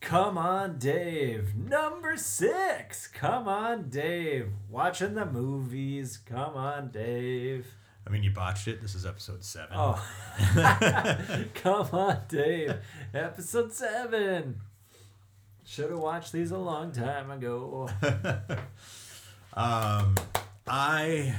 Come on, Dave. Number six. Come on, Dave. Watching the movies. Come on, Dave. I mean, you botched it. This is episode seven. Oh. Come on, Dave. Episode seven. Should have watched these a long time ago. Um, I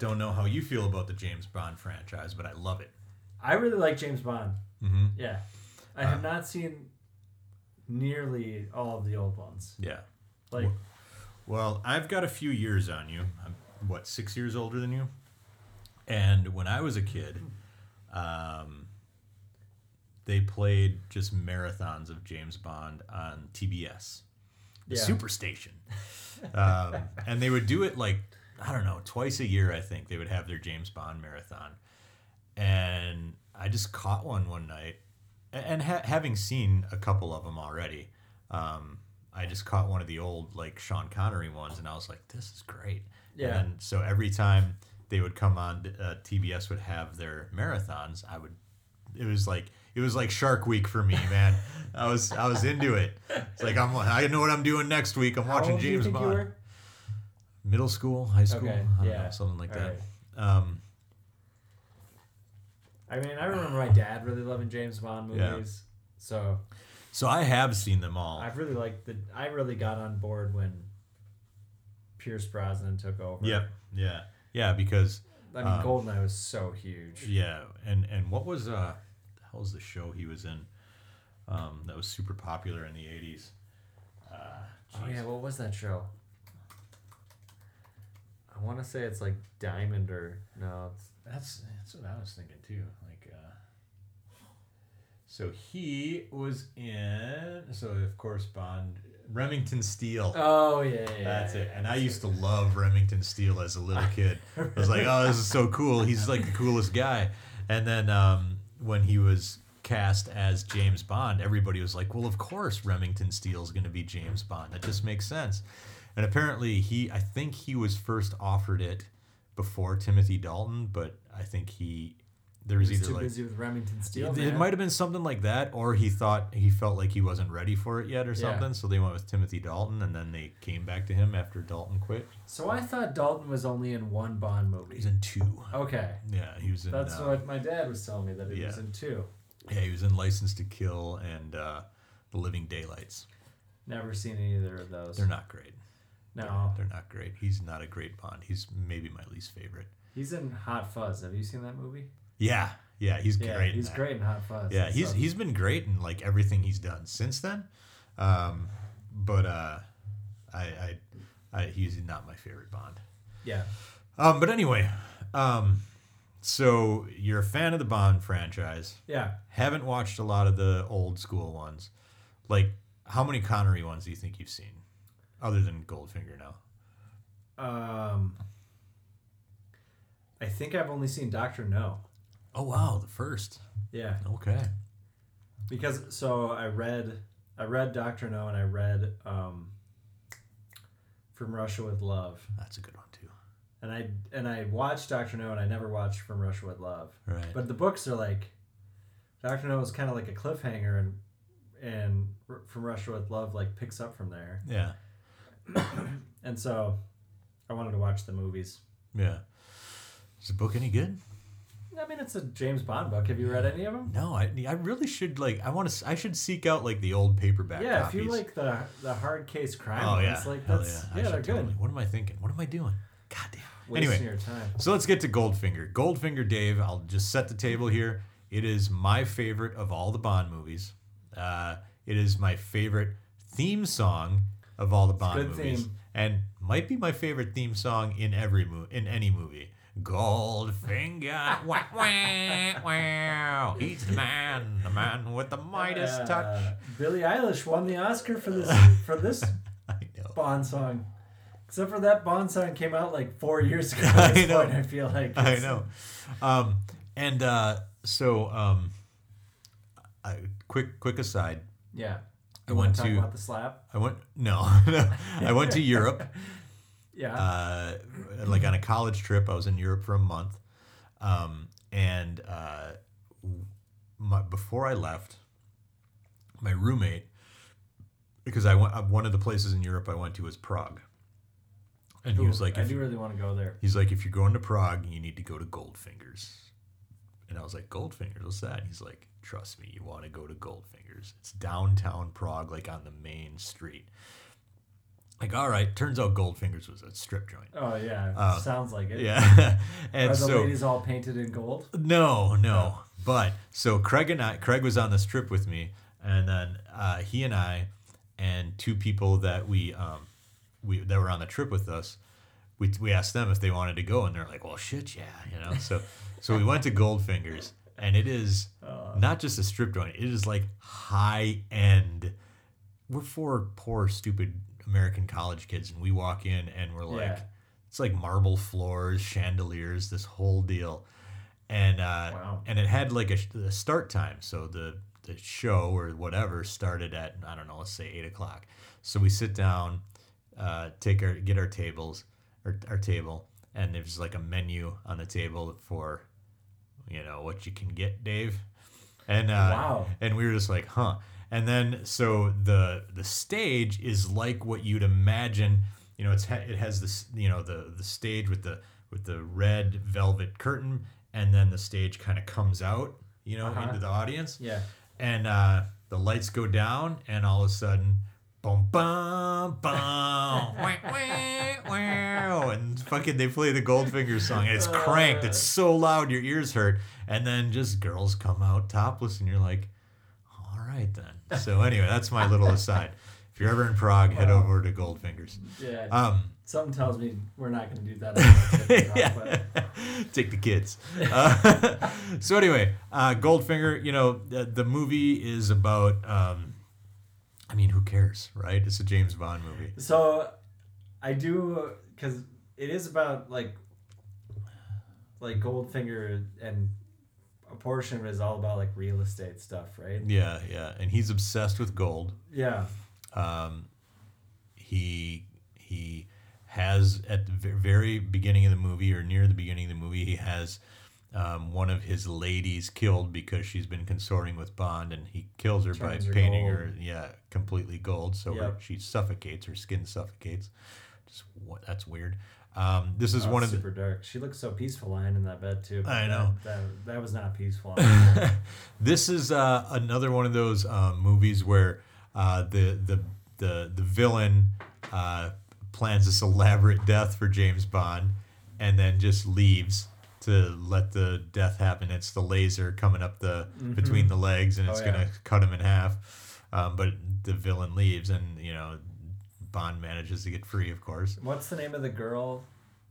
don't know how you feel about the James Bond franchise, but I love it. I really like James Bond. Mm-hmm. Yeah. I have not seen nearly all of the old ones. Yeah. Like, Well, I've got a few years on you. I'm what six years older than you. And when I was a kid, um, they played just marathons of James Bond on TBS, the Yeah. Superstation, um, and they would do it like I don't know twice a year. I think they would have their James Bond marathon, and I just caught one one night. A- And ha- having seen a couple of them already, um, I just caught one of the old like Sean Connery ones, and I was like, "This is great." Yeah. And so every time they would come on, uh, TBS would have their marathons. I would. It was like it was like Shark Week for me, man. I was I was into it. It's like I'm I know what I'm doing next week. I'm how watching old do you James think you Bond. were? Middle school, high school, Okay, I don't yeah. know, something like All that. Um, I mean, I remember my dad really loving James Bond Yeah. movies. So so I have seen them all. I really liked the. I really got on board when Pierce Brosnan took over. Yep. Yeah. Yeah. Because I mean, Um, Goldeneye was so huge. yeah, and and what was uh, the hell was the show he was in? Um, that was super popular in the eighties. Ah, Oh yeah, what was that show? I want to say it's like Diamond or no, it's, That's that's what I was thinking too. Like, uh, so he was in. So of course Bond, Remington Steele. oh yeah, yeah, That's yeah, it. And I used to love Remington Steele as a little kid. I was like, oh, this is so cool. He's like the coolest guy. And then um, when he was cast as James Bond, everybody was like, well, of course Remington Steele's going to be James Bond. That just makes sense. And apparently, he, I think he was first offered it before Timothy Dalton, but I think he, there was He was either too like, busy with Remington Steele. it, man. might have been something like that, or he thought he felt like he wasn't ready for it yet, or Yeah. something. So they went with Timothy Dalton, and then they came back to him after Dalton quit. So I thought Dalton was only in one Bond movie. He's in two. Okay, Yeah, he was in. Oh. that's uh, what my dad was telling me that he yeah. was in two. yeah, he was in License to Kill and uh, The Living Daylights. Never seen either of those. They're not great. no, They're not great. He's not a great Bond. He's maybe my least favorite. he's in Hot Fuzz. Have you seen that movie? Yeah, yeah, he's Yeah, great. in he's that. great in Hot Fuzz. Yeah, he's So- he's been great in like everything he's done since then. Um, but uh, I, I, I, he's not my favorite Bond. yeah. Um, but anyway, um, so you're a fan of the Bond franchise. Yeah. Haven't watched a lot of the old school ones. Like, how many Connery ones do you think you've seen, other than Goldfinger? Now, Um, I think I've only seen Doctor No. oh wow, the first. Yeah, Okay. because so I read I read Doctor No and I read um, From Russia with Love, That's a good one too. and I and I watched Doctor No and I never watched From Russia with Love. Right. But the books are like Doctor No is kind of like a cliffhanger, and and R- From Russia with Love like picks up from there, yeah. and so I wanted to watch the movies. Yeah. Is the book any good? I mean, it's a James Bond book. Have you read any of them? No, I, I really should like I want to I should seek out like the old paperback. Yeah, copies. if you like the the hard case crime Oh ones, yeah, like Hell that's I yeah, should they're good. totally- What am I thinking? What am I doing? God damn. Wasting Anyway, your time. So let's get to Goldfinger. Goldfinger Dave, I'll just set the table here. It is my favorite of all the Bond movies. Uh, it is my favorite theme song of all the Bond good movies, theme. and might be my favorite theme song in every mo- in any movie. Goldfinger, wow, wow, wow. He's the man, the man with the Midas Uh, touch. Billie Eilish won the Oscar for this for this I know. Bond song. Except for that Bond song came out like four years ago. At I this know. Point, I feel like I It's- know. Um, and uh, so, um, I, quick, quick aside. Yeah, I went talk to about the slap. I went no, no. I went to Europe. Yeah, Uh, like on a college trip, I was in Europe for a month, um, and uh, my, before I left, my roommate because I went uh, one of the places in Europe I went to was Prague, and he was Ooh, like, I if, do really want to go there. he's like, if you're going to Prague, you need to go to Goldfingers, and I was like, Goldfingers, what's that? And he's like, trust me, you want to go to Goldfingers. It's downtown Prague, like on the main street. Like, all right, turns out Goldfingers was a strip joint. Oh yeah, Uh, sounds like it. Yeah, and Are the so ladies all painted in gold? No, no. But so Craig and I, Craig was on this trip with me, and then uh, he and I, and two people that we, um, we that were on the trip with us, we, we asked them if they wanted to go, and they're like, "Well, shit, yeah," you know. So so we went to Goldfingers, and it is not just a strip joint; it is like high end. We're four poor, stupid American college kids, and we walk in, and we're like, Yeah. it's like marble floors, chandeliers, this whole deal and uh, Wow. and it had like a, sh- a start time. So the the show or whatever started at I don't know, let's say eight o'clock. So we sit down, uh, take our get our tables, our, our table, and there's like a menu on the table for, you know, what you can get, Dave. And uh, Wow. and we were just like, huh. And then so the the stage is like what you'd imagine. You know, it's ha- it has this you know the the stage with the with the red velvet curtain, and then the stage kind of comes out, you know, Uh-huh. into the audience, Yeah. and uh, the lights go down, and all of a sudden. Boom, bum, bum, wah, wah, wow, and fucking they play the Goldfinger song, and it's cranked. It's so loud, your ears hurt, and then just girls come out topless, and you're like, all right then. So anyway, that's my little aside. If you're ever in Prague, head over to Goldfingers. Yeah. Um, Something tells me we're not going to do that. on our trip, yeah. but- Take the kids. Uh, so anyway, uh, Goldfinger. You know, the, the movie is about. Um, I mean, who cares, right? It's a James Bond movie. So, I do because it is about like, like Goldfinger and a portion of it is all about like real estate stuff, right? Yeah, yeah, and he's obsessed with gold. Yeah. um, he he has at the ve- very beginning of the movie or near the beginning of the movie he has um, one of his ladies killed because she's been consorting with Bond and he kills her Turns by her painting gold. her yeah completely gold so her- Yep. she suffocates her skin suffocates just what that's weird um, this is one of the Oh, super dark. She looks so peaceful lying in that bed too. but I that- know. that, that, was not peaceful. at all. This is uh, another one of those um, movies where uh, the the the the villain uh, plans this elaborate death for James Bond, and then just leaves to let the death happen. It's the laser coming up the between the legs, and it's Mm-hmm. Oh, yeah. gonna cut him in half. Um, but the villain leaves, and you know Bond manages to get free, of course. What's the name of the girl?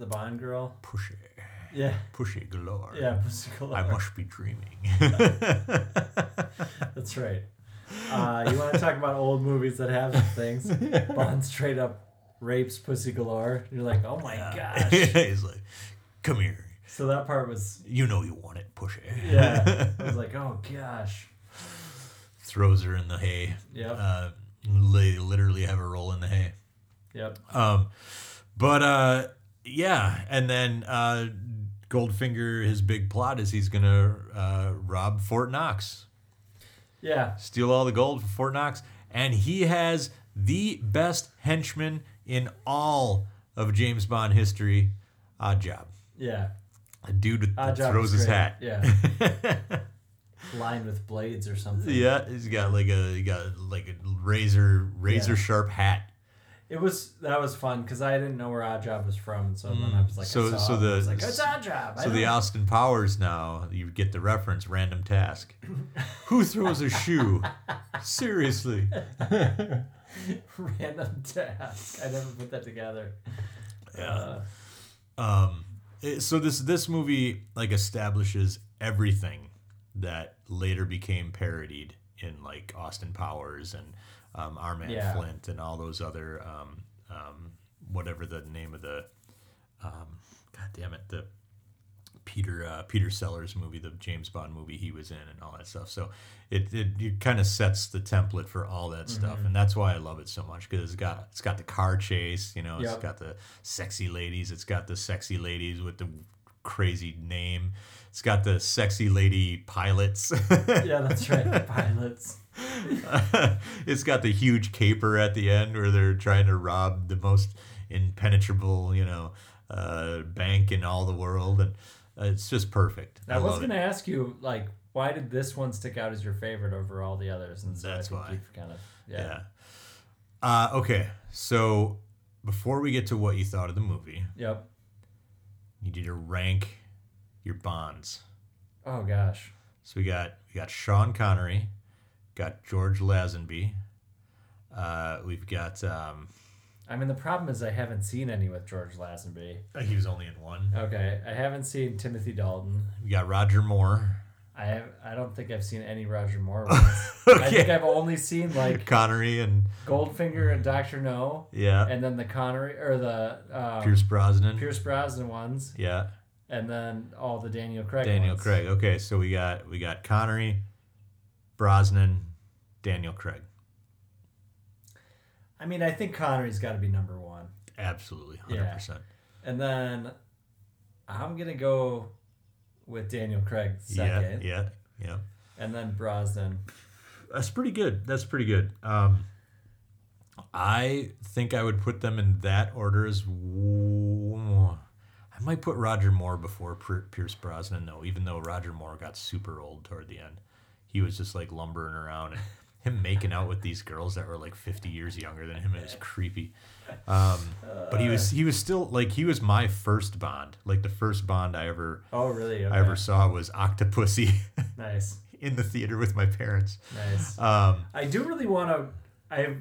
The Bond girl? Push it, Yeah. push it galore. Yeah. Oh Pussy Galore. I must be dreaming. That's right. Uh, you want to talk about old movies that have things? Bond straight up rapes Pussy Galore. You're like, oh my gosh. He's like, come here. So that part was, You know you want it. Push it. yeah. I was like, oh gosh. Throws her in the hay. Yep. Uh, they literally have her roll in the hay. Yep. Um, but uh, yeah, and then uh, Goldfinger, his big plot is he's gonna uh, rob Fort Knox, Yeah. steal all the gold from Fort Knox, and he has the best henchman in all of James Bond history. Odd job. Yeah. A dude with- Odd that job. was throws his great. hat. Yeah. Lined with blades or something. Yeah, he's got like a he got like a razor razor Yeah. sharp hat. It was that was fun because I didn't know where Odd Job was from, and so then I was like, Mm. So- I saw so it, and I the- was like, it's Odd Job. So the Austin Powers now you get the reference. Random task. Who throws a shoe? Seriously. random task. I never put that together. Uh, Um. it- so this this movie like establishes everything that later became parodied in like Austin Powers and um, Our Man Yeah. Flint and all those other um, um, whatever the name of the um, God damn it the Peter uh, Peter Sellers movie, the James Bond movie he was in, and all that stuff. So it it, it kind of sets the template for all that stuff, and that's why I love it so much because it's got it's got the car chase, you know, Yep. it's got the sexy ladies, it's got the sexy ladies with the crazy name, it's got the sexy lady pilots. yeah, that's right. The pilots. it's got the huge caper at the end where they're trying to rob the most impenetrable, you know, uh, bank in all the world, and uh, it's just perfect. I, was love gonna it. ask you like why did this one stick out as your favorite over all the others? And so That's I think why. you've kind of yeah. Yeah. Uh, okay, so before we get to what you thought of the movie, Yep. I need you to rank your bonds. Oh gosh. So we got we got Sean Connery, got George Lazenby, uh, we've got um, I mean the problem is I haven't seen any with George Lazenby. he was only in one. Okay. I haven't seen Timothy Dalton. We got Roger Moore, I have, I don't think I've seen any Roger Moore ones. I think Okay. I've only seen like Connery, and Goldfinger and Doctor No, yeah, and then the Connery or the um, Pierce. Pierce Brosnan, Brosnan ones, yeah, and then all the Daniel Craig. Daniel ones. Craig. Okay, so we got we got Connery, Brosnan, Daniel Craig. I mean, I think Connery's got to be number one, Absolutely, hundred Yeah. percent. and then I'm gonna go with Daniel Craig Yeah, second, yeah, yeah. and then Brosnan. That's pretty good. That's pretty good. Um, I think I would put them in that order as. w- I might put Roger Moore before Pier- Pierce Brosnan though, even though Roger Moore got super old toward the end. He was just like lumbering around and him making out with these girls that were like 50 years younger than him. It was creepy. Um, but he was he was still like he was my first Bond. Like the first Bond I ever Oh, really? Okay. I ever saw was Octopussy Nice, in the theater with my parents. nice. Um, I do really want to. I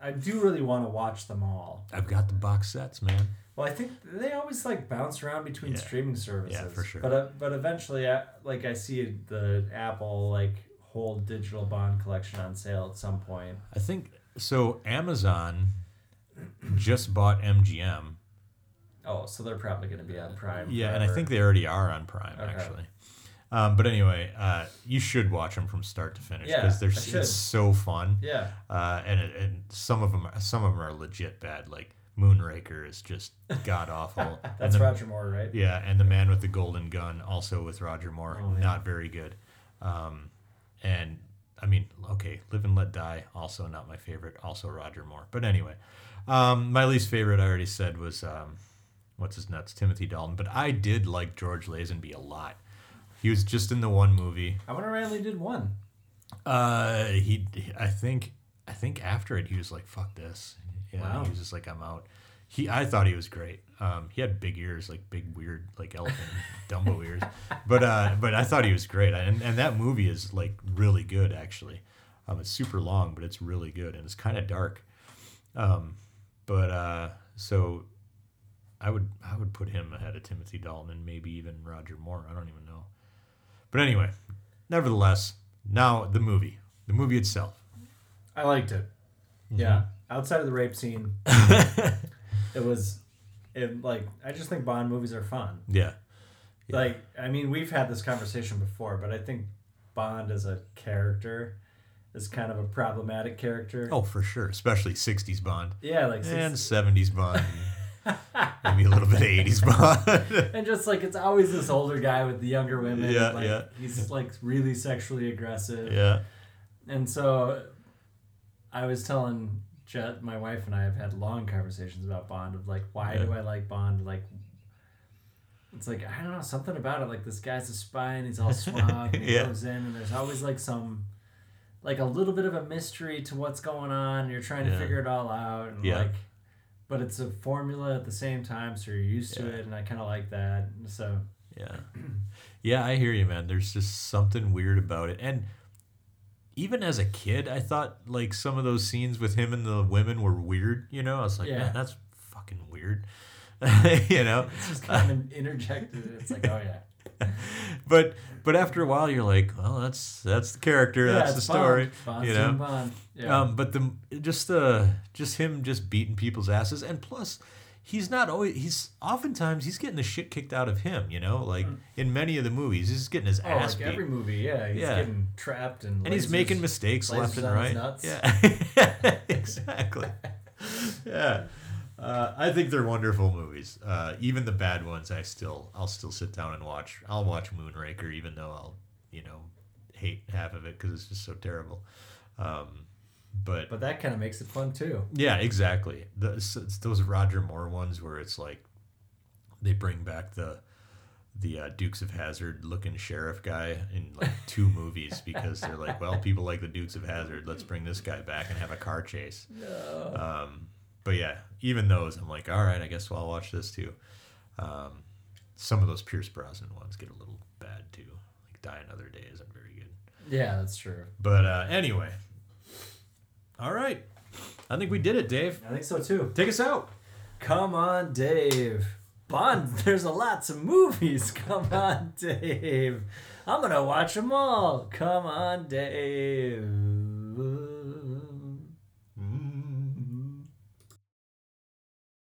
I do really want to watch them all. I've got the box sets, man. Well, I think they always like bounce around between Yeah. streaming services. for sure. But uh, but eventually, I, like I see the Apple like whole digital bond collection on sale at some point. I think so. Amazon just bought MGM. Oh, so they're probably going to be on Prime. Yeah, and I forever. think they already are on Prime Okay. actually. Um, but anyway, uh, you should watch them from start to finish Yeah, because I they're should. it's so fun. Yeah. Uh, and it, and some of them some of them are legit bad. Like Moonraker is just god awful. That's Roger Moore, right? Yeah, and the Man with the Golden Gun, also with Roger Moore, Oh, yeah. not very good. Um, and I mean, okay, Live and Let Die, also not my favorite, also Roger Moore. But anyway, um, my least favorite, I already said, was um, what's his nuts, Timothy Dalton. But I did like George Lazenby a lot. He was just in the one movie. I wonder why I only did one. Uh, he, I think, I think after it, he was like, "Fuck this." Yeah, Wow. he was just like, "I'm out." He, I thought he was great. Um, he had big ears, like big weird, like elephant Dumbo ears. But uh, but I thought he was great, and and that movie is like really good actually. Um, it's super long, but it's really good, and it's kind of dark. Um, but uh, so I would I would put him ahead of Timothy Dalton and maybe even Roger Moore. I don't even know. But anyway, nevertheless, now the movie, the movie itself. I liked it. Mm-hmm. Yeah. Outside of the rape scene, it was, it like I just think Bond movies are fun. Yeah, Yeah. Like, I mean, we've had this conversation before, but I think Bond as a character is kind of a problematic character. oh for sure, especially '60s Bond Yeah, like and and, '70s Bond, maybe a little bit of '80s Bond. and just like it's always this older guy with the younger women. Yeah, like, yeah. He's like really sexually aggressive, yeah, and so I was telling Jet, my wife and I have had long conversations about Bond of like, why do Yeah. I like Bond? Like. It's like I don't know something about it. Like this guy's a spy and he's all suave and he Yeah. goes in and there's always like some like a little bit of a mystery to what's going on. You're trying Yeah. to figure it all out, and Yeah. like, but it's a formula at the same time, so you're used Yeah. to it, and I kind of like that. So yeah, yeah. I hear you, man. There's just something weird about it, and even as a kid, I thought like some of those scenes with him and the women were weird. You know, I was like, Yeah. man, that's fucking weird. you know, it's just kind of interjected. It's like, oh yeah, but but after a while you're like well that's that's the character yeah, that's the it's story Bond. Bond's you doing know Bond. Yeah. um but the just the just him just beating people's asses and plus he's not always he's oftentimes he's getting the shit kicked out of him you know like in many of the movies he's getting his Mm. oh, ass like beat every movie, yeah, he's Yeah. getting trapped and and he's lasers. making mistakes left lasers and on his right nuts. yeah exactly yeah uh, I think they're wonderful movies. Uh, even the bad ones, I still, I'll still sit down and watch. I'll watch Moonraker, even though I'll, you know, hate half of it because it's just so terrible. Um, but But that kind of makes it fun too. yeah, exactly. The, s- it's those Roger Moore ones where it's like they bring back the the uh, Dukes of Hazard looking sheriff guy in like two movies because they're like, well, people like the Dukes of Hazard. Let's bring this guy back and have a car chase. Um, but yeah, even those, I'm like, all right, I guess I'll watch this too. Um, some of those Pierce Brosnan ones get a little bad too. Like Die Another Day isn't very good. Yeah, that's true. But uh, anyway, all right, I think we did it, Dave. I think so too. Take us out. Come on, Dave. Bond, there's a lots of movies. Come on, Dave. I'm going to watch them all. Come on, Dave. Mm-hmm.